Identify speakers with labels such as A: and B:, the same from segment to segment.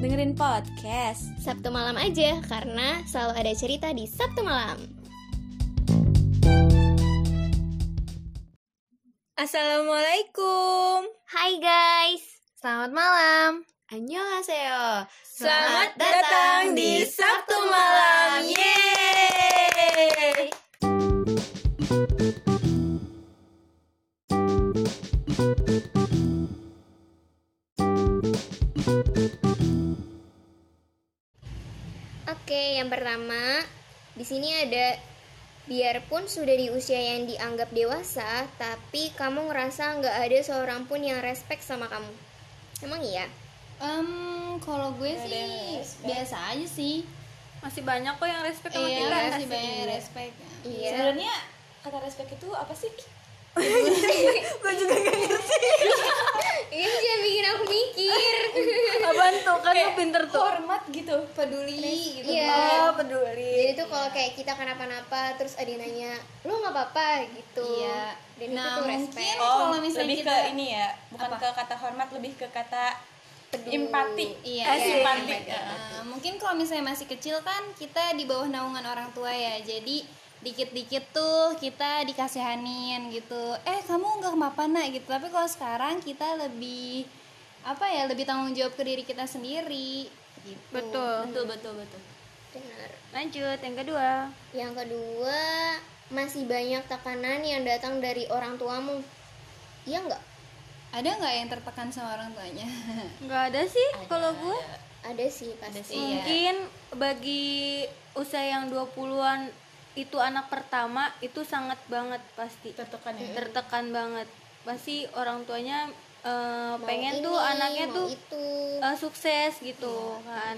A: dengerin podcast.
B: Sabtu malam aja karena selalu ada cerita di Sabtu malam.
A: Assalamualaikum.
B: Hai guys.
C: Selamat malam.
A: Annyeonghaseyo. Selamat datang di Sabtu malam. Yeay.
B: Oke, yang pertama di sini ada biarpun sudah di usia yang dianggap dewasa, tapi kamu ngerasa nggak ada seorang pun yang respect sama kamu. Emang iya?
C: kalau gue
A: Ada yang
C: sih
A: respect.
C: biasa aja sih.
D: masih banyak kok yang respect sama
C: Iya,
D: kita
C: masih banyak respect.
B: Iya.
A: kata respect itu apa sih?
B: Ini jangan bikin aku mikir.
D: apaan tuh kan lu pinter tuh
A: Hormat gitu, peduli gitu.
D: oh
B: Iya.
D: peduli
B: Jadi tuh kalau kayak kita kenapa-napa terus ada yang nanya, "Lu nggak apa-apa?" gitu.
C: Iya.
B: Dan itu
C: Nah,
B: tuh
C: mungkin-
B: respect.
D: Oh,
C: Kalau misalnya
E: Oh, lebih
C: kita-
E: ke ini ya bukan ke kata hormat lebih ke kata empati
C: Iya.
D: Eh,
E: simpati.
C: Eh, mungkin kalau misalnya masih kecil kan kita di bawah naungan orang tua ya. Jadi dikit-dikit tuh kita dikasihanin gitu. Eh, kamu nggak kenapa nak gitu. Tapi kalau sekarang kita lebih apa ya? Lebih tanggung jawab ke diri kita sendiri. Gitu.
D: betul betul betul betul
B: Benar.
D: lanjut yang kedua
B: Yang kedua, masih banyak tekanan yang datang dari orang tuamu. Iya nggak?
C: Ada nggak yang tertekan sama orang tuanya?
D: nggak ada sih kalau gue
B: Ada sih pasti.
D: mungkin bagi usia yang 20-an itu anak pertama itu sangat banget pasti
E: tertekan ya
D: tertekan banget pasti orang tuanya eh,
B: Mau
D: pengen
B: ini,
D: tuh anaknya
B: mau
D: tuh
B: itu. Iya.
D: eh, sukses gitu kan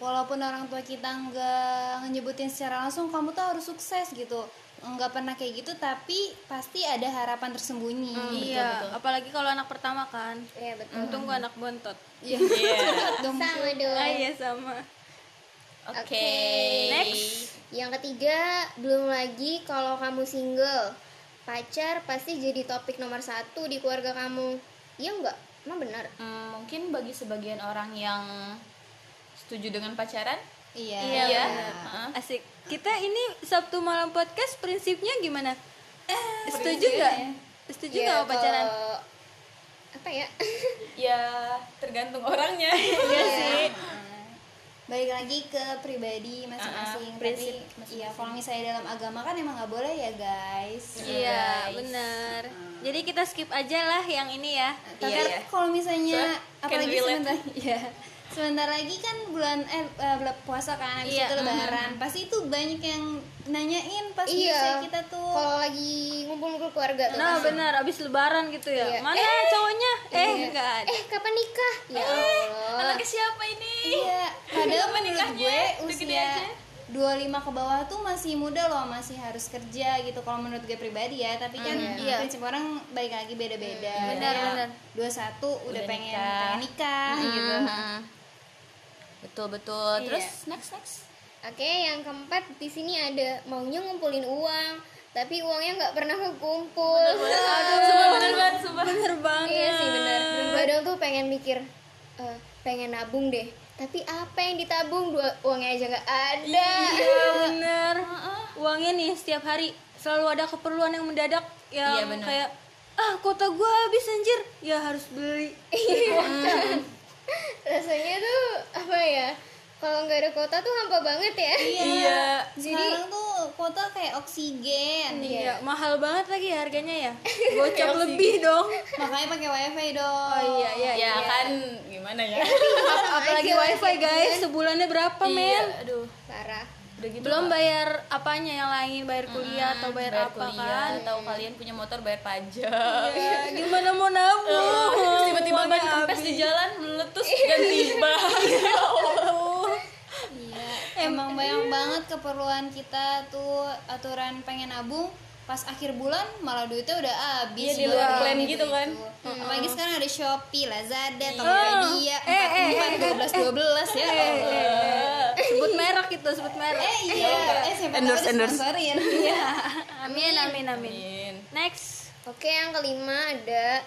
C: walaupun orang tua kita nggak nyebutin secara langsung kamu tuh harus sukses gitu nggak pernah kayak gitu tapi pasti ada harapan tersembunyi
D: iya apalagi kalau anak pertama kan
B: Iya betul.
D: untung gue anak bontot
C: Iya.
B: Sama dong.
D: ah iya sama
E: oke
D: next
B: Yang ketiga, belum lagi kalau kamu single, pacar pasti jadi topik nomor satu di keluarga kamu. Iya nggak? Emang benar?
E: Hmm, mungkin bagi sebagian orang yang setuju dengan pacaran
C: iya
D: iya
E: Iya.
D: benar.
E: Heeh.
D: asik kita ini sabtu malam podcast prinsipnya gimana
B: Eh,
D: setuju nggak
B: ya.
D: setuju nggak sama pacaran
B: kalau- Iya, Apa ya?
E: ya tergantung orangnya
D: iya sih
C: balik lagi ke pribadi masing-masing tapi iya kalau misalnya dalam agama kan emang nggak boleh ya guys
D: iya benar jadi kita skip aja lah yang ini ya
C: tapi kan
E: Iya, iya.
C: kalau misalnya
E: So, can
C: apalagi
E: relate.
C: sebentar ya sebentar lagi kan bulan eh eh, bulan puasa kan habis
D: Iya,
C: itu lebaran pasti itu banyak yang nanyain pas
B: Iya.
C: biasa kita tuh
B: Kalau lagi ngumpul-ngumpul keluarga tuh.
D: nah
B: pasti.
D: benar abis lebaran gitu ya
B: Iya.
D: mana cowoknya eh nggak ada
B: Eh, kapan nikah? Ya Allah.
E: anaknya siapa ini
C: Iya, padahal
E: Belum
C: menurut
E: menikahnya,
C: gue
E: udah gede
C: usia
E: aja.
C: 25 ke bawah tuh masih muda loh, masih harus kerja gitu kalau menurut gue pribadi ya, tapi kan prinsip orang balik lagi beda-beda. Benar, benar. 21 udah, pengen
E: nikah.
C: pengen nikah gitu.
E: betul betul terus next next
B: Oke, yang keempat di sini ada maunya ngumpulin uang, tapi uangnya nggak pernah kekumpul.
E: bener banget sumpah bener banget
B: Iya sih benar. Kadang tuh pengen mikir "Eh, pengen nabung deh, tapi apa yang ditabung dua uangnya aja nggak ada.
D: Iya bener Uangnya nih setiap hari selalu ada keperluan yang mendadak Yang kayak Ah kota gua habis anjir Ya harus beli
B: Rasanya tuh apa ya? Kalau nggak ada kota tuh hampa banget ya.
C: Iya. Sekarang tuh kota kayak oksigen.
D: Iya mahal banget lagi harganya ya Gocap lebih dong
C: Makanya pakai wifi dong.
D: Oh iya iya
E: ya kan gimana ya
D: Apalagi wifi guys sebulannya berapa men
E: aduh
B: Parah.
E: udah gitu
D: Belum bayar apanya yang lain Bayar kuliah atau bayar,
E: bayar
D: apa
E: kuliah Iya.
D: kan
E: atau kalian punya motor bayar pajak
D: Ya, Gimana mau nabung
E: Terus tiba-tiba ban
D: Uangnya
E: kempes
D: habis.
E: di jalan meletus ganti ban
C: Iya, emang banyak banget keperluan kita tuh aturan pengen nabung pas akhir bulan malah duitnya udah
E: Iya,
C: habis
E: di luar plan
C: Itu-
E: gitu kan.
C: itu. apalagi sekarang ada Shopee, Lazada,
D: Iya.
C: Tokopedia,
D: Eh,
C: empat empat dua belas dua belas ya Allah.
D: Sebut merek gitu sebut merek
C: Eh iya, eh siapa
D: Endorse,
C: tahu
D: endorse.
C: disponsorin. Iya.
D: Eh, Amin amin amin
E: Amin.
D: Next
B: Oke, yang kelima ada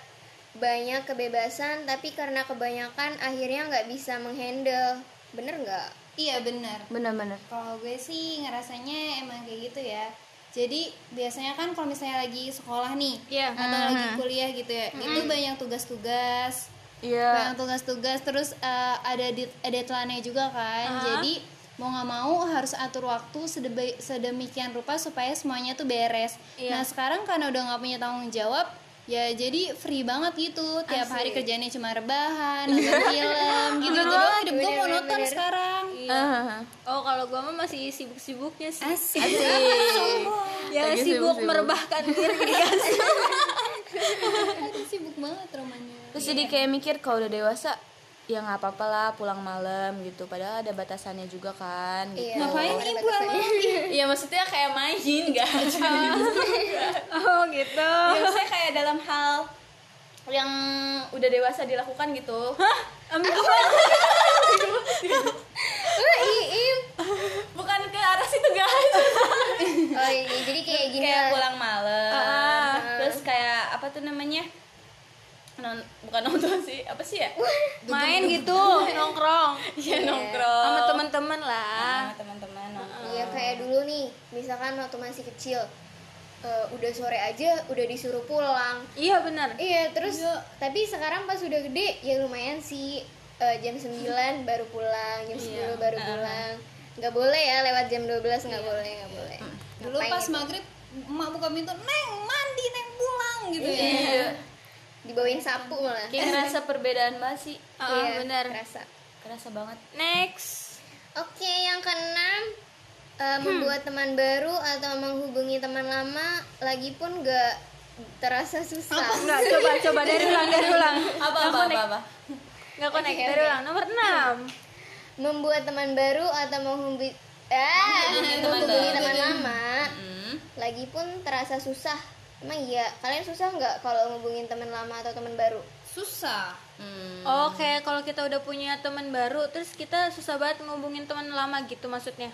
B: banyak kebebasan tapi karena kebanyakan akhirnya nggak bisa menghandle bener nggak
C: Iya benar.
A: Bener-bener.
C: Kalau gue sih ngerasanya emang kayak gitu ya. Jadi biasanya kan kalau misalnya lagi sekolah nih
D: Iya.
C: atau lagi kuliah gitu ya, itu banyak tugas-tugas,
A: Iya.
C: banyak tugas-tugas. Terus eh, ada de- deadline-nya juga kan. Jadi mau nggak mau harus atur waktu sedeba- sedemikian rupa supaya semuanya tuh beres. Nah sekarang karena udah nggak punya tanggung jawab, ya jadi free banget gitu. Tiap hari kerjanya cuma rebahan, nonton film, gitu gitu doang. Hidup gue monoton sekarang.
E: Iya. Ah,
D: Oh kalau gua mah masih sibuk-sibuknya sih.
C: Asik.
D: Ya
A: Lagi
D: sibuk,
A: sibuk-sibuk.
D: merebahkan diri kan.
C: Aduh, sibuk banget romanya.
A: Terus jadi kayak mikir kalau udah dewasa ya nggak apa-apa lah pulang malam gitu padahal ada batasannya juga kan gitu.
C: Ngapain nih gua
A: Iya maksudnya kayak main gak?
D: Oh gitu.
A: ya, maksudnya kayak dalam hal yang udah dewasa dilakukan gitu bukan ke arah situ guys
B: oh iya jadi kayak gini
A: kayak
B: lah.
A: pulang malam terus kayak apa tuh namanya Non- bukan nonton sih apa sih ya
D: Main gitu, nongkrong
A: ya nongkrong
D: sama teman-teman lah.
A: Sama teman-teman nongkrong.
B: Iya kayak dulu nih, misalkan waktu masih kecil eh, udah sore aja udah disuruh pulang.
D: Iya benar.
B: Iya, terus tapi sekarang pas udah gede ya lumayan sih eh, jam 9 baru pulang, jam 10 baru pulang. nggak boleh ya lewat jam 12 nggak boleh, nggak boleh.
C: Dulu
B: Ngapain
C: pas
B: gitu?
C: maghrib emak buka pintu, "Neng, mandi, Neng, pulang." gitu ya.
A: Iya.
B: dibawain sapu malah.
A: kayak ngerasa perbedaan banget sih
D: Ah, benar.
B: kerasa.
A: kerasa banget
D: Next.
B: Oke, yang keenam eh, membuat teman baru atau menghubungi teman lama lagi pun nggak terasa susah.
D: Enggak, coba coba dari ulang, dari ulang.
A: apa apa apa, apa.
D: Enggak connect, dari ulang. Nomor 6.
B: membuat teman baru atau menghubungi ah, menghubungi teman lama lagi pun terasa susah emang iya kalian susah nggak kalau ngubungin teman lama atau teman baru
C: Susah.
D: Oke, kalau kita udah punya teman baru, terus kita susah banget ngubungin teman lama gitu maksudnya.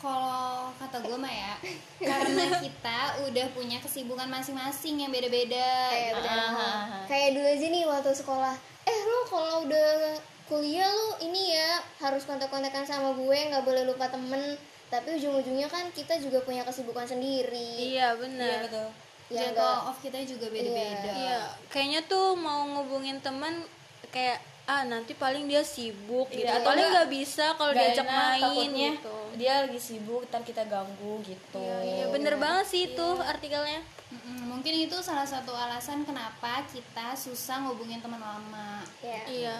C: Kalau kata gue mah ya, karena kita udah punya kesibukan masing-masing yang beda-beda.
D: Eh,
C: Nah,
B: kayak beneran. kayak dulu aja nih waktu sekolah eh lo kalau udah kuliah lo ini ya harus kontak-kontakan sama gue nggak boleh lupa temen tapi ujung-ujungnya kan kita juga punya kesibukan sendiri
D: Iya, benar.
B: ya nggak
C: Jadwal off kita juga beda-beda.
D: Iya, kayaknya tuh mau ngubungin teman kayak ah nanti paling dia sibuk gitu.
A: Iya, atau
D: Paling
A: enggak-
D: nggak bisa kalau
A: Gak
D: diajak
A: enak,
D: main
A: takutnya
D: gitu.
A: ya. dia lagi sibuk ntar kita ganggu gitu
D: Iya, bener banget sih itu artikelnya.
C: Mm-mm, Mungkin itu salah satu alasan kenapa kita susah ngubungin teman lama.
B: ya
D: Iya.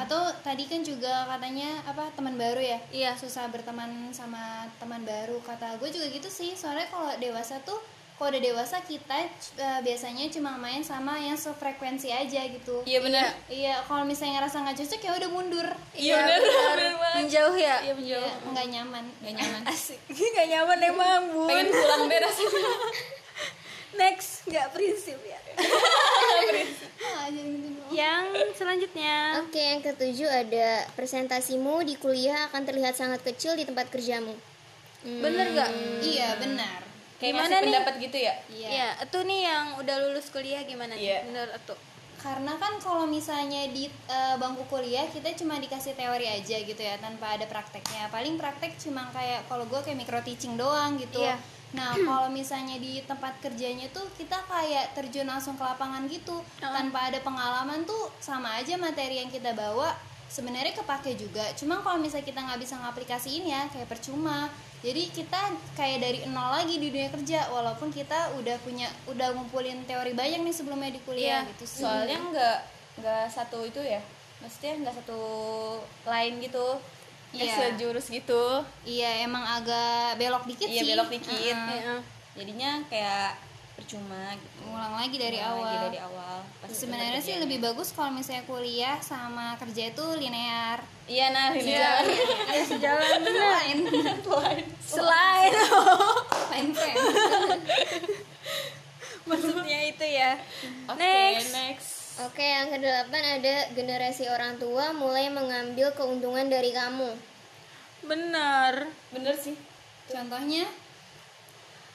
C: Atau tadi kan juga katanya apa teman baru ya?
D: Iya.
C: susah berteman sama teman baru kata gue juga gitu sih soalnya kalau dewasa tuh kalau udah dewasa kita eh, biasanya cuma main sama yang sefrekuensi aja gitu
A: iya benar
C: iya kalau misalnya ngerasa nggak cocok ya udah mundur
A: iya benar
D: Menjauh ya?
A: iya menjauh
C: Iya, nggak nyaman
A: gak nyaman
D: Asik, nggak nyaman emang, Bu.
A: pengen pulang beres
D: Next, nggak prinsip ya.
C: Ah, jangan gitu dong.
D: Yang selanjutnya.
B: Oke, yang ketujuh ada presentasimu di kuliah akan terlihat sangat kecil di tempat kerjamu.
D: Hmm. Bener nggak?
C: iya benar
A: kayak
D: Gimana
A: ngasih
D: nih?
A: pendapat gitu ya
C: iya
D: Iya, itu nih yang udah lulus kuliah gimana nih?
A: Iya.
D: Menurut tuh.
C: karena kan kalau misalnya di eh, bangku kuliah kita cuma dikasih teori aja gitu ya tanpa ada prakteknya paling praktek cuma kayak kalau gue kayak micro teaching doang gitu
D: Iya.
C: nah kalau misalnya di tempat kerjanya tuh kita kayak terjun langsung ke lapangan gitu tanpa ada pengalaman tuh sama aja materi yang kita bawa sebenarnya kepake juga cuma kalau misalnya kita nggak bisa ngaplikasiin ya kayak percuma jadi kita kayak dari nol lagi di dunia kerja walaupun kita udah punya udah ngumpulin teori banyak nih sebelumnya di kuliah
A: Iya,
C: gitu sih.
A: soalnya nggak nggak satu itu ya maksudnya nggak satu lain gitu ya
C: Iya.
A: sejurus gitu
C: Iya emang agak belok dikit
A: iya
C: sih.
A: belok dikit Iya.
D: Heeh.
A: jadinya kayak percuma gitu
C: Nah, Ngulang lagi dari
A: Ulang
C: awal.
A: lagi dari awal Pas
C: Sebenarnya
A: udah
C: sih
A: kerja.
C: lebih bagus kalau misalnya kuliah sama kerja itu linear.
A: iya nah ini jalan
D: Jalan
C: Lain,
A: lain
D: selain
C: lain frame.
D: maksudnya itu ya.
A: Oke,
D: Next.
A: next
B: Oke, yang kedelapan ada generasi orang tua mulai mengambil keuntungan dari kamu.
D: Bener.
A: bener sih
C: Contohnya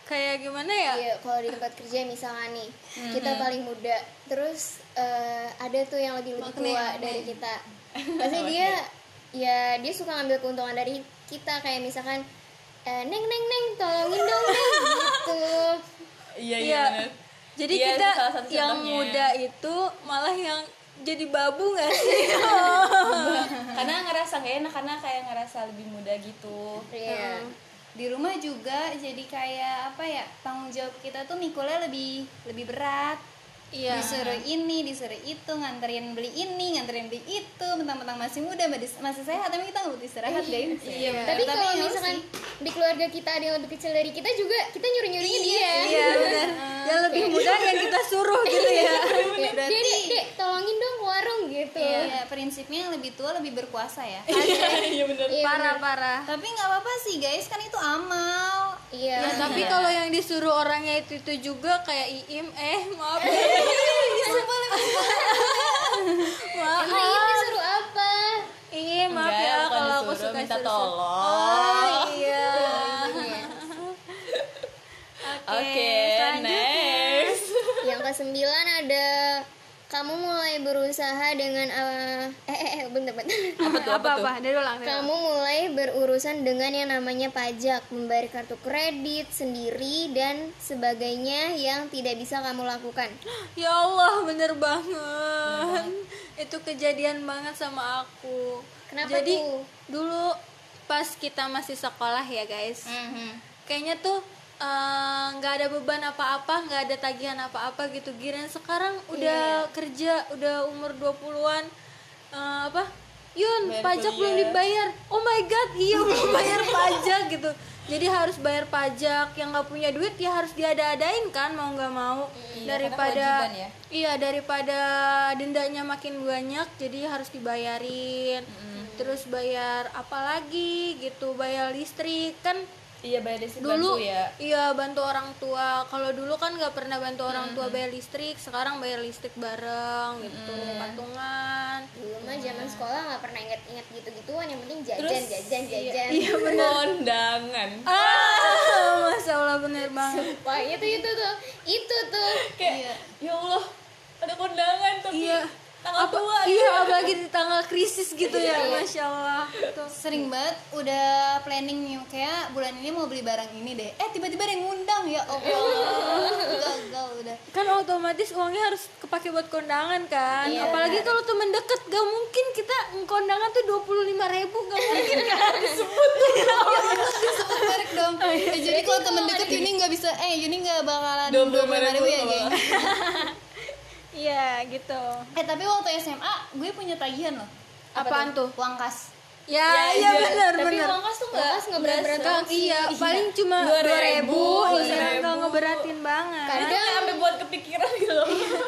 D: kayak gimana ya?
B: Iya, kalau di tempat kerja misalnya nih, kita paling muda, terus eh, ada tuh yang lebih lebih tua dari kita. Pasti dia ya dia suka ngambil keuntungan dari kita kayak misalkan eh, neng neng neng tolongin dong neng gitu.
A: Iya
D: Iya. Jadi
A: Iya,
D: kita
A: itu salah satu
D: yang
A: contohnya.
D: muda itu malah yang jadi babu nggak sih?
A: Karena ngerasa gak enak karena kayak ngerasa lebih muda gitu.
B: Iya.
C: di rumah juga jadi kayak apa ya tanggung jawab kita tuh mikulnya lebih lebih berat
D: Iya.
C: disuruh ini disuruh itu nganterin beli ini nganterin beli itu mentang-mentang masih muda madis- masih sehat tapi kita nggak butuh istirahat guys iya,
B: Tapi kalau misalkan di keluarga kita ada yang lebih kecil dari kita juga, kita nyuruh-nyuruhnya dia.
D: Iya benar. Yang lebih muda yang kita suruh gitu
A: Iya,
D: ya.
B: Kayak, Dek, dek, dek, tolongin dong ke warung gitu.
C: Iya, prinsipnya yang lebih tua lebih berkuasa ya.
A: Iya bener.
B: Iya,
D: Parah parah.
C: Tapi nggak apa-apa sih guys, kan itu amal.
B: Iya.
D: Ya, tapi kalau yang disuruh orangnya itu itu juga kayak Iim eh maaf ya. maaf
B: Emang ini disuruh apa?
D: Iim maaf
A: Enggak,
D: ya
A: bukan
D: kalau aku
A: disuruh,
D: suka
A: minta
D: suruh- suruh.
A: tolong.
D: Oh, iya.
A: Oke, next.
B: Yang ke sembilan ada kamu mulai berusaha dengan eh, eh eh bentar bentar.
A: Apa tuh? Apa, tuh?
D: Dari ulang. dari ulang.
B: Kamu mulai berurusan dengan yang namanya pajak, membayar kartu kredit sendiri dan sebagainya yang tidak bisa kamu lakukan.
D: Ya Allah, bener banget. Itu kejadian banget sama aku.
B: Kenapa
D: Jadi
B: tuh?
D: dulu pas kita masih sekolah ya guys, kayaknya tuh eh, nggak ada beban apa-apa, nggak ada tagihan apa-apa gitu. Giran
A: Iya,
D: sekarang udah kerja, udah umur 20-an eh, apa? Yun,
A: Bayar
D: pajak belum
A: kuliah.
D: dibayar. Oh my god, iya belum bayar pajak gitu. Jadi harus bayar pajak. Yang nggak punya duit ya harus diada-adain kan mau nggak mau
A: Iya, karena
D: daripada
A: kewajiban ya.
D: iya daripada dendanya makin banyak jadi harus dibayarin terus bayar apa lagi gitu bayar listrik kan
A: Iya bayar listrik
D: dulu
A: bantu ya.
D: iya bantu orang tua kalau dulu kan nggak pernah bantu orang tua bayar listrik sekarang bayar listrik bareng gitu patungan
B: Dulu mah zaman sekolah nggak pernah inget-inget gitu-gituan, yang penting jajan,
A: Terus, Iya.
B: jajan, jajan.
D: Iya,
A: Kondangan.
D: ah masya allah bener banget
B: Wah itu itu tuh, itu tuh.
A: Kayak ya Allah, ada kondangan tapi
D: Iya. Apa-
A: tanggal tua.
D: iya apalagi di tanggal krisis gitu ya masya allah Gitu.
C: Sering banget udah planning nih, kayak bulan ini mau beli barang ini deh. Eh tiba-tiba ada yang ngundang ya Allah. Gagal udah.
D: kan otomatis uangnya harus kepake buat kondangan kan apalagi kalau temen deket gak mungkin kita kondangan tuh dua puluh ribu gak mungkin kan
C: Sebut merek dong.
D: Iya.
C: Eh, jadi kalau temen deket Yuni nggak bisa, eh Yuni nggak bakalan 25.000
A: 25.000
C: ya geng.
D: iya gitu
C: Eh tapi waktu SMA gue punya tagihan loh.
D: Apaan tuh?
C: Uang kas.
D: ya iya benar
A: Tapi
D: benar
A: uang kas tuh enggak
B: Kas nggak berat-berat
D: Kang, iya paling cuma dua
A: 2.000,
D: ribu iya
A: 2.000.
D: nggak ngeberatin banget
A: Kadang sampai buat kepikiran gitu loh.
D: Iya,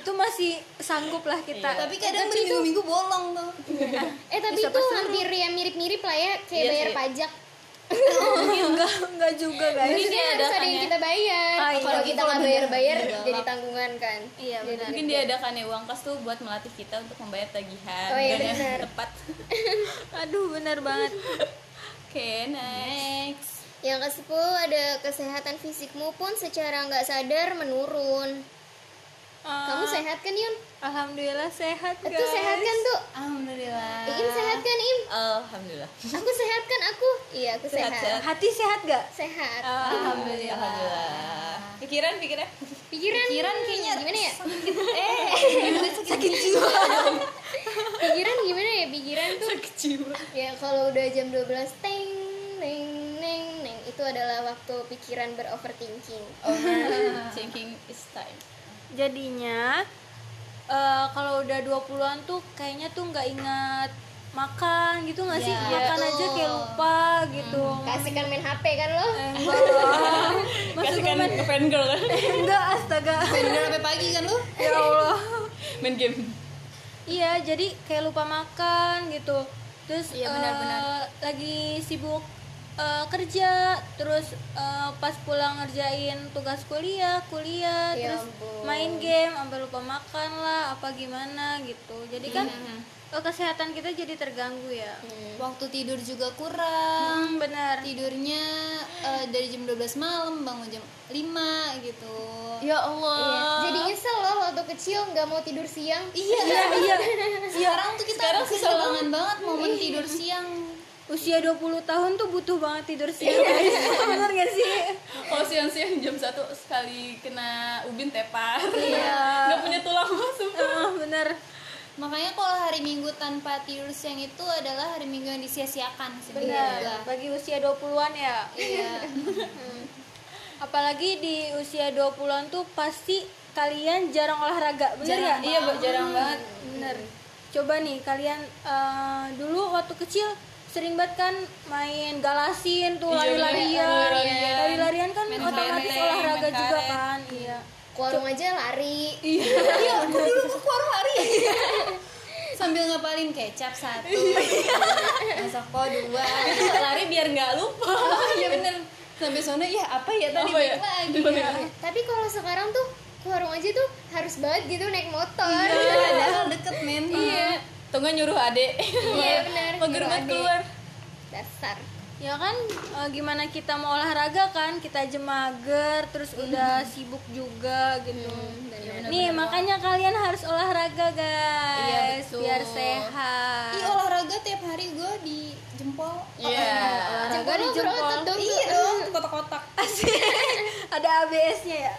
D: itu masih sanggup lah kita
C: Iya, Tapi kadang beli minggu-minggu bolong tuh.
B: Eh tapi itu hampir ya mirip-mirip lah ya, kayak
A: Iya
B: bayar
A: sih.
B: pajak.
D: enggak enggak juga guys
B: Maksudnya
A: dia
B: harus
A: ada
B: ada yang
A: kan ya?
B: kita bayar.
D: Ah, iya.
B: Kalau kita nggak bayar-bayar jadi tanggungan kan.
D: iya benar
A: Mungkin diadakan ya uang kas tuh buat melatih kita untuk membayar tagihan
B: Oh, iya,
A: dengan
B: benar.
A: yang tepat.
D: aduh benar banget
A: Oke, next.
B: Yang ke sepuluh ada kesehatan fisikmu pun secara nggak sadar menurun. Kamu sehat kan Yun?
D: Ah, alhamdulillah sehat
B: Itu
D: guys
B: sehat kan tuh?
C: Alhamdulillah.
B: Iin sehat kan Im?
A: Alhamdulillah.
B: Aku sehat kan aku? Iya aku sehat. Sehat.
A: Sehat-sehat.
D: hati sehat gak
A: Alhamdulillah. Pikiran pikirnya.
B: Pikiran,
C: Pikiran kayaknya
B: gimana ya?
D: sakit jiwa
B: Pikiran gimana ya? Pikiran tuh
A: Sakit jiwa.
B: Ya kalau udah jam 12 teng neng neng neng itu adalah waktu pikiran beroverthinking.
A: Thinking is time.
D: jadinya eh, kalau udah 20-an tuh kayaknya tuh nggak ingat makan gitu nggak sih makan aja kayak lupa gitu
B: Kasihkan main HP kan lo?
D: Eh, enggak lah. maksud gue
A: Kasihkan
D: main
A: ke fangirl kan.
D: enggak astaga
C: Bener sampai pagi kan lu?
D: ya Allah
A: Main game.
D: iya jadi kayak lupa makan gitu terus eh, lagi sibuk eh, eh, kerja terus eh, pas pulang ngerjain tugas kuliah kuliah
B: Ya
D: terus
B: ampun.
D: main game sampai lupa makan lah apa gimana gitu jadi kan eh, kesehatan kita jadi terganggu ya
C: Waktu tidur juga kurang.
D: Hmm, benar
C: Tidurnya eh, dari jam 12 malam bangun jam 5 gitu.
D: ya Allah
B: Iya. Jadi nyesel loh waktu kecil nggak mau tidur siang.
D: iya iya
C: kan? Sekarang tuh kita Sekarang kehilangan banget momen tidur siang.
D: usia 20 tahun tuh butuh banget tidur siang guys bener gak sih
A: Kalau Oh, siang-siang jam satu sekali kena ubin tepar. Iya. Gak punya tulang masuk.
D: Ah, bener
C: Makanya kalau hari Minggu tanpa tidur siang itu adalah hari Minggu yang disia-siakan sih. menurut gua.
D: benar bagi usia 20-an ya
C: Iya.
D: apalagi di usia 20-an tuh pasti kalian jarang olahraga bener ya
A: Iya, Mbak, jarang banget.
D: bener coba nih kalian eh, dulu waktu kecil sering banget kan main galasin tuh
A: Iya,
D: lari-larian
A: lari-larian.
D: lari-larian kan
A: Main
D: otomatis
A: bareng,
D: olahraga
A: main
D: juga
A: karet.
D: kan iya
B: Ke warung aja lari.
C: Sambil ngapalin kecap satu,
D: Iya.
C: masako dua.
A: Lari biar nggak lupa.
C: Iya bener. Sampai sana ya apa ya tadi
A: Apa ya?
C: balik lagi.
B: Eh, Tapi kalau sekarang tuh ke warung aja tuh harus banget gitu naik motor.
C: Iya. Padahal deket men.
A: Iya. Atau nggak nyuruh adek.
B: Iya, benar.
A: Mager
B: Nyuruh
A: banget
B: adek.
A: keluar.
B: Dasar.
D: ya kan eh, gimana kita mau olahraga kan kita aja mager terus
A: Hmm.
D: udah sibuk juga gitu
A: Iya,
D: nih makanya kalian harus olahraga guys
A: Iya, betul.
D: biar sehat
C: Ih, olahraga tiap hari gue di jempol.
A: Iya.
B: Jempol lu berotot dong.
C: Iya dong, kotak-kotak.
D: ada ABS-nya ya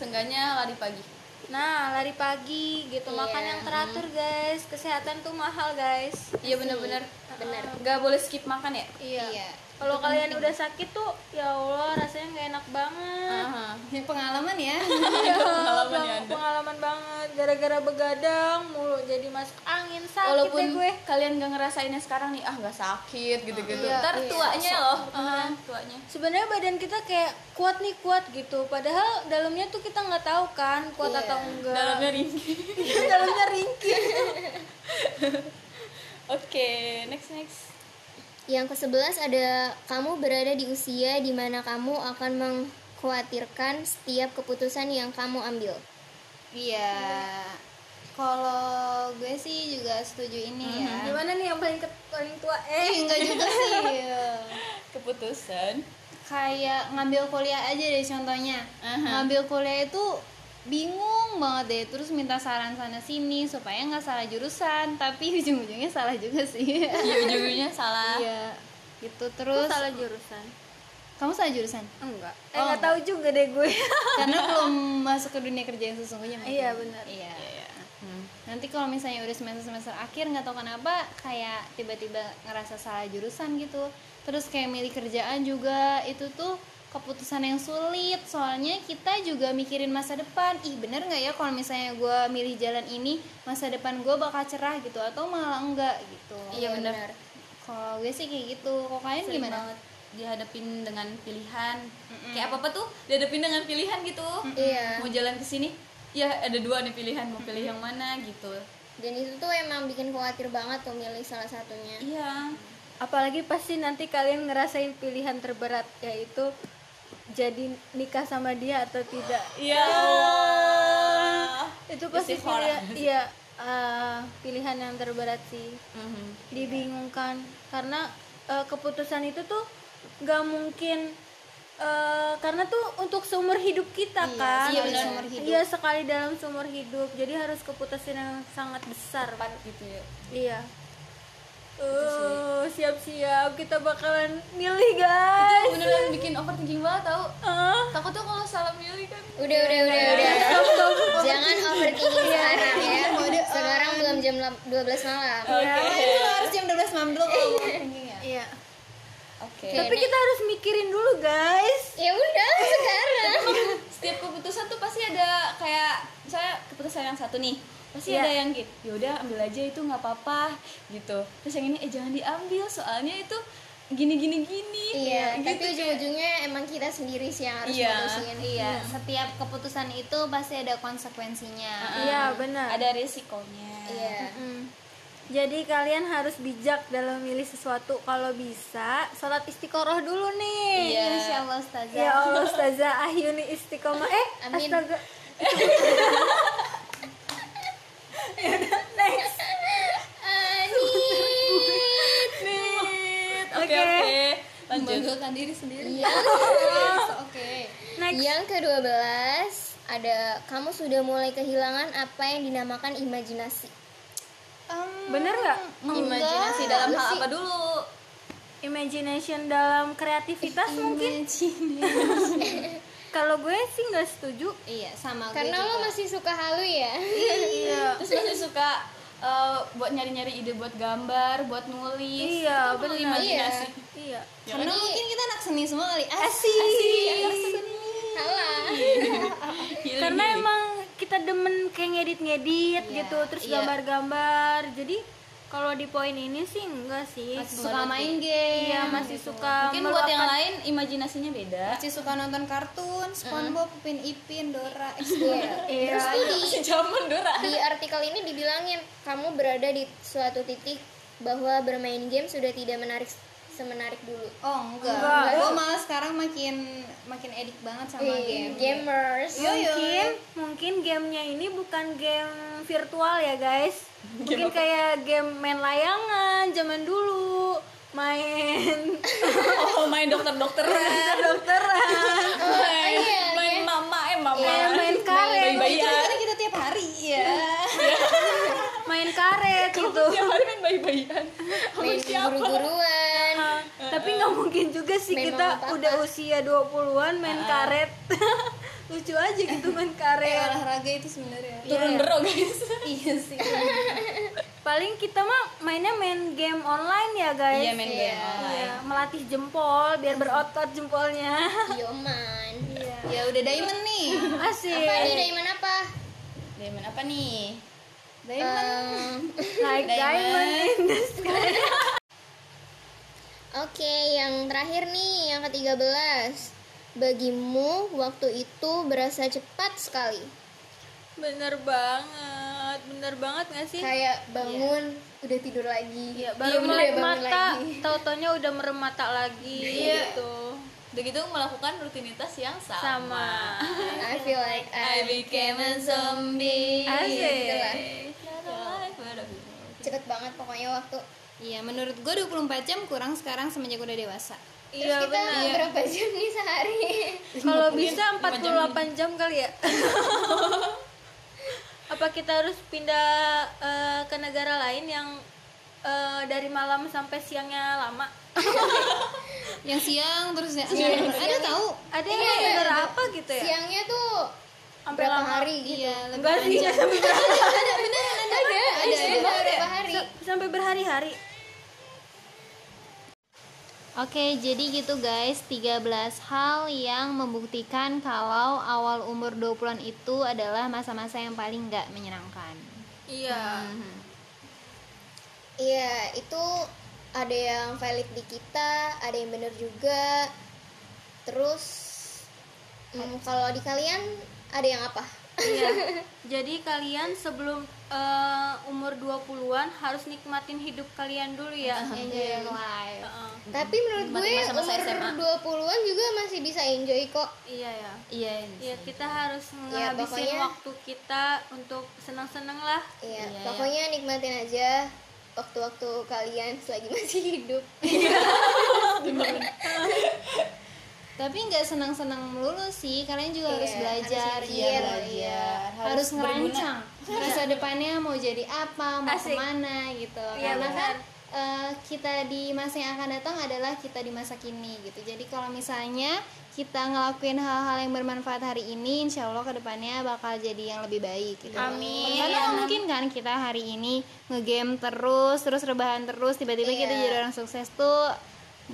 A: Seenggaknya lari pagi.
D: nah lari pagi
A: Iya.
D: gitu makan yang teratur guys kesehatan tuh mahal guys
A: Hmm. Iya bener-bener. Bener. Gak boleh skip makan ya.
D: iya kalau kalian udah sakit tuh ya Allah rasanya nggak enak banget
A: Aha.
C: Ini Pengalaman ya.
D: Iya,
A: Pengalaman ya
D: peng-
A: ada.
D: pengalaman banget gara-gara begadang mulu jadi masuk angin sakit
A: Walaupun
D: deh gue
A: kalian gak ngerasainnya sekarang nih, ah gak sakit gitu-gitu.
B: Iya,
A: Ntar
B: iya.
A: tuanya loh. tuanya.
D: sebenarnya badan kita kayak kuat nih kuat gitu padahal dalamnya tuh kita nggak tahu kan kuat
B: Iya.
D: atau enggak
A: Dalamnya ringkih.
D: dalamnya ringkih
A: Oke, next next.
B: Yang ke-11 ada kamu berada di usia di mana kamu akan mengkhawatirkan setiap keputusan yang kamu ambil.
C: Iya. Kalau gue sih juga setuju ini ya.
A: Iya.
D: gimana nih yang paling ke- paling tua eh
C: Enggak juga sih. iya.
A: Keputusan.
C: Kayak ngambil kuliah aja deh contohnya. Ngambil kuliah itu bingung banget deh terus minta saran sana sini supaya nggak salah jurusan tapi ujung-ujungnya salah juga sih
A: Iya, ujung-ujungnya salah.
C: iya gitu terus
D: salah jurusan
C: kamu salah jurusan
D: enggak eh nggak tahu juga deh gue
C: karena belum masuk ke dunia kerja yang sesungguhnya mungkin.
D: Iya, benar.
C: iya
A: Hmm.
C: nanti kalau misalnya udah semester semester akhir nggak tahu kenapa kayak tiba-tiba ngerasa salah jurusan gitu terus kayak milih kerjaan juga itu tuh keputusan yang sulit soalnya kita juga mikirin masa depan ih bener nggak ya kalau misalnya gue milih jalan ini masa depan gue bakal cerah gitu atau malah enggak gitu
A: Iya, benar.
C: kalau gue sih kayak gitu kok kalian
A: Sering
C: gimana
A: banget dihadapin dengan pilihan. Kayak apa-apa tuh dihadapin dengan pilihan gitu.
B: Iya.
A: Mau jalan ke sini, ya ada dua nih pilihan, mau pilih yang mana gitu.
B: Dan itu tuh emang bikin khawatir banget tuh milih salah satunya.
A: Iya.
D: apalagi pasti nanti kalian ngerasain pilihan terberat yaitu jadi nikah sama dia atau tidak
A: Iya.
D: itu pasti
A: Istikharah.
D: pilihan iya eh, pilihan yang terberat sih
A: Mhm.
D: dibingungkan karena eh, keputusan itu tuh nggak mungkin eh, karena tuh untuk seumur hidup kita kan
C: sekali Iya, benar. seumur hidup.
D: Iya, sekali dalam seumur hidup jadi harus keputusan yang sangat besar kan
A: Gitu ya.
D: iya Oh, siap-siap kita bakalan milih guys.
A: Beneran bikin overthinking banget tau.
D: Ah.
A: Takut tuh kalau salah milih kan.
B: Udah, udah, udah, udah.
D: Iya.
B: Jangan overthinking sekarang ya. Sekarang belum jam lam- 12 malam.
A: Iya.
C: Itu harus jam 12 malam dulu kalau mau thinking ya
D: Iya.
A: Oke.
D: Tapi kita harus mikirin dulu, guys.
B: Ya udah sekarang.
A: setiap keputusan tuh pasti ada kayak misalnya keputusan yang satu nih pasti
D: Iya.
A: ada yang gitu yaudah ambil aja itu nggak apa-apa gitu terus yang ini eh jangan diambil soalnya itu gini gini gini
B: Iya,
A: Kayak
B: tapi
A: gitu
B: ujung-ujungnya emang kita sendiri sih yang harus
A: Iya.
B: mutusin.
C: Iya, setiap keputusan itu pasti ada konsekuensinya.
A: Ah,
D: Iya, benar.
A: ada risikonya
B: Iya.
D: Mm. Jadi kalian harus bijak dalam milih sesuatu kalau bisa sholat istiqoroh dulu nih.
A: Iya.
B: Insya Allah Ustazah
D: Ya Allah Ustazah Ahyuni istiqomah Eh
B: Amin.
D: astaga Yaudah next Nit.
A: Oke,
D: Oke
A: oke. Lanjut.
C: Menggolkan diri sendiri.
B: Iya. Oke.
D: Next.
A: Iya.
B: Yang ke-12 ada kamu sudah mulai kehilangan apa yang dinamakan imajinasi.
D: Bener gak?
A: Imajinasi
B: Enggak,
A: dalam
B: apa
A: hal
B: sih?
A: apa dulu?
D: Imagination dalam kreativitas mungkin Kalau gue sih nggak setuju
C: Iya, sama
B: Karena
C: gue juga.
B: lo masih suka halu ya.
D: Iya
A: Terus masih suka eh, buat nyari-nyari ide buat gambar, buat nulis.
D: Iya,
A: Itu perlu
D: benar.
A: imajinasi.
D: Iya
C: Ya, Karena
B: Jadi-
C: mungkin kita anak seni semua kali. Ah,
B: Salah.
A: Healing,
D: Karena
A: healing.
D: emang kita demen kayak ngedit-ngedit
A: Iya.
D: gitu Terus gambar-gambar Jadi kalau di poin ini sih enggak sih
C: suka main game.
D: Iya masih suka
A: mungkin buat yang
D: meluapkan-
A: lain imajinasinya beda.
C: Masih suka nonton kartun, SpongeBob, Upin Ipin, Dora, X
D: Iya
A: Masih zaman Dora.
B: Di artikel ini dibilangin kamu berada di suatu titik bahwa bermain game sudah tidak menarik semenarik dulu.
C: Oh enggak,
D: Enggak.
C: gue malah sekarang makin makin edik banget
B: Iya,
C: sama game.
B: Gamers. Iya,
A: Iya.
D: mungkin mungkin gamenya ini bukan game virtual ya guys mungkin kayak game main layangan zaman dulu main eh,
A: Oh, main dokter-dokteran.
D: dokteran
A: main, main mama, eh mama.
D: Iya, main karet.
A: bayi-bayian.
C: Karena kita tiap hari ya.
D: Iya. main karet gitu
A: Tiap hari main bayi-bayian.
B: Main guru-guruan.
D: tapi nggak mungkin juga sih
B: Main
D: kita
B: mama papa.
D: udah usia 20-an main
A: Ah.
D: karet lucu aja gitu main
C: Kayak
A: Iya.
D: karet
C: olahraga itu sebenarnya.
A: Turun bro guys.
C: Iya sih.
D: paling kita mah mainnya main game online ya guys
A: Iya, main game online.
D: Iya, melatih jempol biar berotot jempolnya
B: Yoman.
C: ya udah diamond nih.
D: asik
B: Apa nih Daiman apa?
A: Dia Iya, main apa nih?
B: Ehm,
D: like diamond in the
B: Oke, yang terakhir nih, yang ke-13. Bagimu waktu itu berasa cepat sekali.
D: Bener banget, bener banget gak sih?
B: Kayak bangun udah tidur lagi.
D: baru
B: udah
D: melek
B: bangun
D: mata,
B: Iya, lagi. Iya.
D: tautonya udah merem mata lagi gitu
A: Udah gitu melakukan rutinitas yang sama.
D: Sama
B: I feel like ah, I
A: became a zombie.
B: gitu lah.
D: Asik
B: Cepet banget pokoknya waktu.
C: Iya, menurut gue 24 jam kurang sekarang semenjak udah dewasa.
B: Terus kita berapa jam nih sehari?
D: Iya, Kalau bisa 48 jam kali ya Apa kita harus pindah eh, ke negara lain yang eh, dari malam sampai siangnya lama?
C: Yang siang terus ya. Ada tahu?
D: Ada yang negara apa gitu ya?
B: Siangnya tuh
D: Sampai
B: Iya, berapa
D: lama.
B: hari gitu.
C: Iya, lebih
D: Enggak sih, nggak sampai berhari-
B: Ada, ada, ada berapa hari?
D: sampai berhari-hari
C: Oke, jadi gitu guys, 13 hal yang membuktikan kalau awal umur 20-an itu adalah masa-masa yang paling nggak menyenangkan.
D: Iya
B: Iya, itu ada yang valid di kita, ada yang bener juga. Terus mm, kalau di kalian ada yang apa?
D: Iya. Jadi kalian sebelum eh, umur 20-an harus nikmatin hidup kalian dulu ya.
B: Iya.
C: Enjoy your life.
D: Heeh.
B: Tapi menurut gue
A: Masa-masa SMA.
B: umur 20-an juga masih bisa enjoy kok.
D: Iya ya.
A: Iya.
D: Ya kita harus
B: Iya,
D: menghabisin
B: pokoknya-
D: waktu kita untuk senang-senang lah.
B: Iya, pokoknya nikmatin aja waktu-waktu kalian selagi masih hidup.
C: Tapi nggak senang-senang melulu sih, kalian juga harus
B: Iya,
C: belajar,
B: harus
C: iya,
B: mikir,
C: belajar. harus ngerancang masa depannya mau jadi apa, mau
D: Asik.
C: kemana gitu.
D: Iya,
C: Karena kan
D: benar.
C: eh, kita di masa yang akan datang adalah kita di masa kini gitu. Jadi kalau misalnya kita ngelakuin hal-hal yang bermanfaat hari ini, insya Allah kedepannya bakal jadi yang lebih baik. Gitu.
D: Amin. Iya,
C: Karena nggak mungkin kan kita hari ini ngegame terus, terus rebahan terus, tiba-tiba kita jadi orang sukses tuh
D: Hal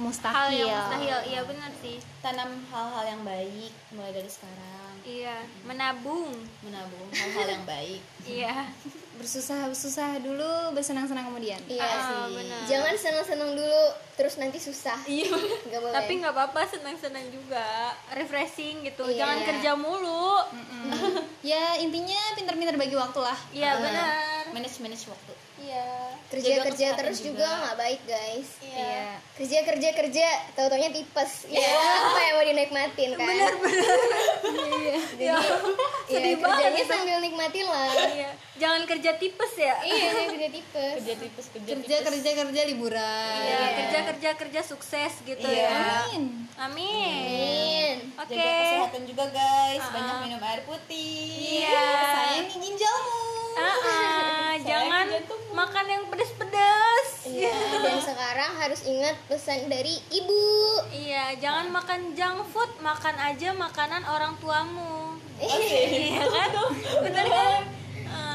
C: mustahil.
D: Iya. yang mustahil. Iya benar sih.
E: Tanam hal-hal yang baik mulai dari sekarang.
D: Iya, menabung.
E: Menabung hal-hal yang baik.
D: Iya.
C: bersusah susah dulu bersenang-senang kemudian
B: Iya
D: Ah,
B: sih.
D: benar.
B: Jangan senang-senang dulu terus nanti susah.
D: Iya.
B: Nggak boleh.
D: Tapi nggak apa-apa senang-senang juga, refreshing gitu.
B: Iya.
D: Jangan kerja mulu.
C: ya intinya pintar-pintar bagi waktu lah
D: Iya benar.
C: manage manage waktu
D: Iya.
B: kerja-kerja
C: kesehatan
B: terus juga nggak baik, guys.
D: Iya.
B: Kerja kerja kerja, tahu-taunya tipes. Ya, apa yang mau dinikmatin kan? Benar benar. Iya. Jadi, iya, kerjanya sambil nikmatin lah.
D: Iya. Jangan kerja tipes ya.
B: iya, jangan kerja tipes.
A: Kerja tipes kerja
C: kerja kerja kerja liburan
D: Iya, kerja kerja kerja sukses gitu ya. Amin.
B: Iya. Amin.
D: Oke.
F: Jaga kesehatan juga
D: Gitu,
F: guys, banyak minum air putih.
D: Iya.
C: sayangi ginjalmu
D: Ah, ah, jangan makan yang pedes-pedes.
B: Iya. Dan sekarang harus ingat pesan dari ibu.
D: Iya, jangan makan junk food, makan aja makanan orang tuamu. Iya kan? Benar kan?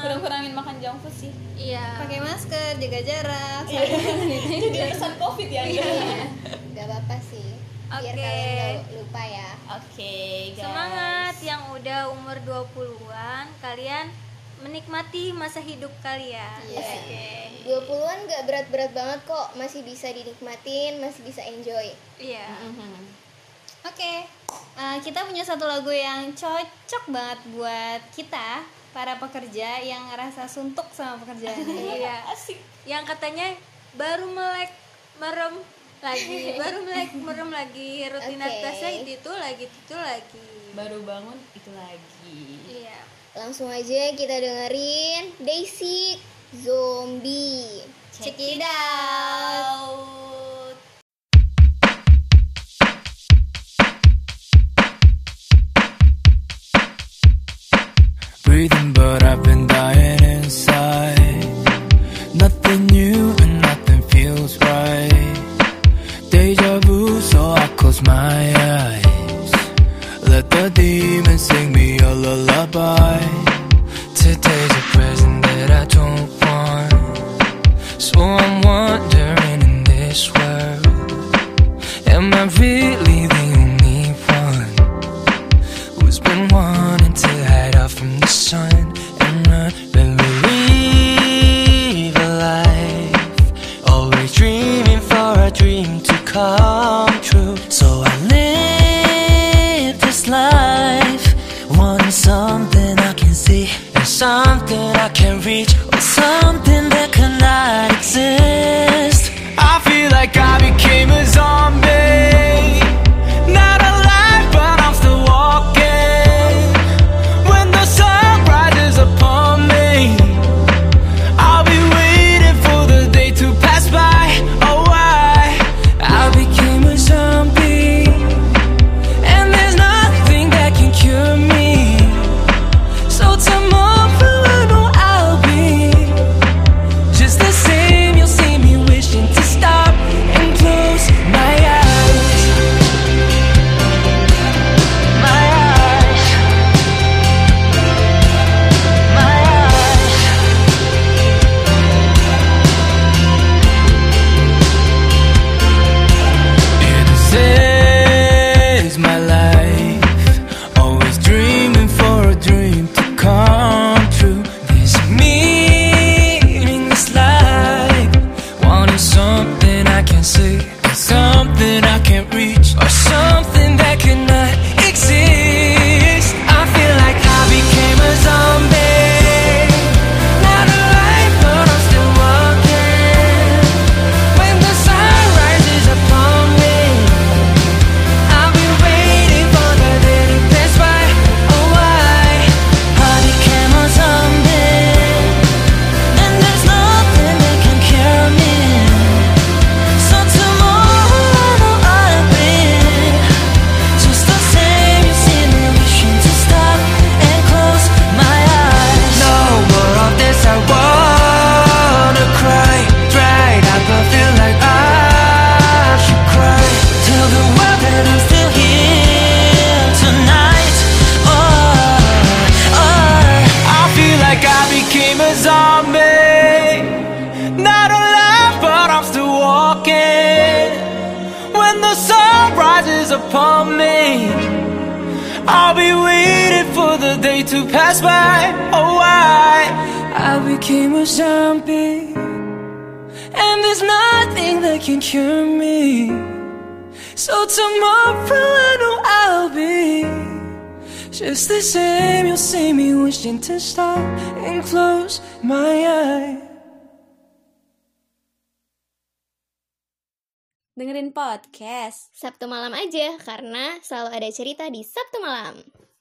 A: kurang-kurangin makan junk food sih
D: Iya.
C: pakai masker jaga jarak
A: jadi urusan covid ya Anda?
B: Gak apa-apa sih. Biar
D: Oke.
B: kalian gak lupa ya.
A: oke guys
D: Semangat yang udah umur 20-an, kalian menikmati masa hidup kalian.
B: Iya. 20-an gak berat-berat banget kok, masih bisa dinikmatin, masih bisa enjoy.
D: Iya.
A: Mhm.
C: Oke, eh, kita punya satu lagu yang cocok banget buat kita para pekerja yang ngerasa suntuk sama pekerjaan.
D: Iya. Yang katanya baru melek merem lagi, baru melek merem lagi rutinitasnya
B: Oke.
D: itu itu lagi itu itu lagi.
A: baru bangun itu lagi
D: Iya.
B: Langsung aja kita dengerin Daisy Zombie.
C: Check it out.
G: Breathing, but I've been dying inside. Nothing new and nothing feels right. Deja vu, so I close my eyes. Let the demon sing me a lullaby. Today's a present that I don't want. So I'm wandering in this world. Am I really the only one? who's been wanting to hide out from the sun and run, been believe a life, always dreaming for a dream to come true. So I live this life, wanting something I can see and something I can reach, or something that cannot exist. I feel like I became a zombie, not alive, but I'm still walking. When the sun rises upon me, I'll be waiting for the day to pass by. Oh, why I became a zombie, and there's nothing that can cure me. So tomorrow I know I'll be just the same. You'll see me wishing to stop and close my eyes. My eyes. My eyes. Yeah, this is my life. Always dreaming for a dream to come true. This meaningless life, wanting something I can see, and something I can reach, or something that cannot exist. I feel like I became a zombie. Not alive, but I'm still walking. When the sun rises upon me, I'll be waiting for the day to pass by. Oh, why I became a zombie, and there's nothing that can cure me. So tomorrow I'll be just the same. You see me wishing to stop and close my eyes. No more of this. I wanna cry, dried up. I feel like I should cry. Tell the world that I'm still here tonight. Oh, oh, I feel like I became a zombie, not alive, but I'm still walking when the sun rises upon me. I'll be waiting for the day to pass by. Oh, why I became a zombie. And there's nothing that can cure me. So tomorrow I know I'll be just the same. You'll see me wishing to stop and close my eyes.
C: Dengerin podcast.
B: Sabtu malam aja karena selalu ada cerita di Sabtu malam.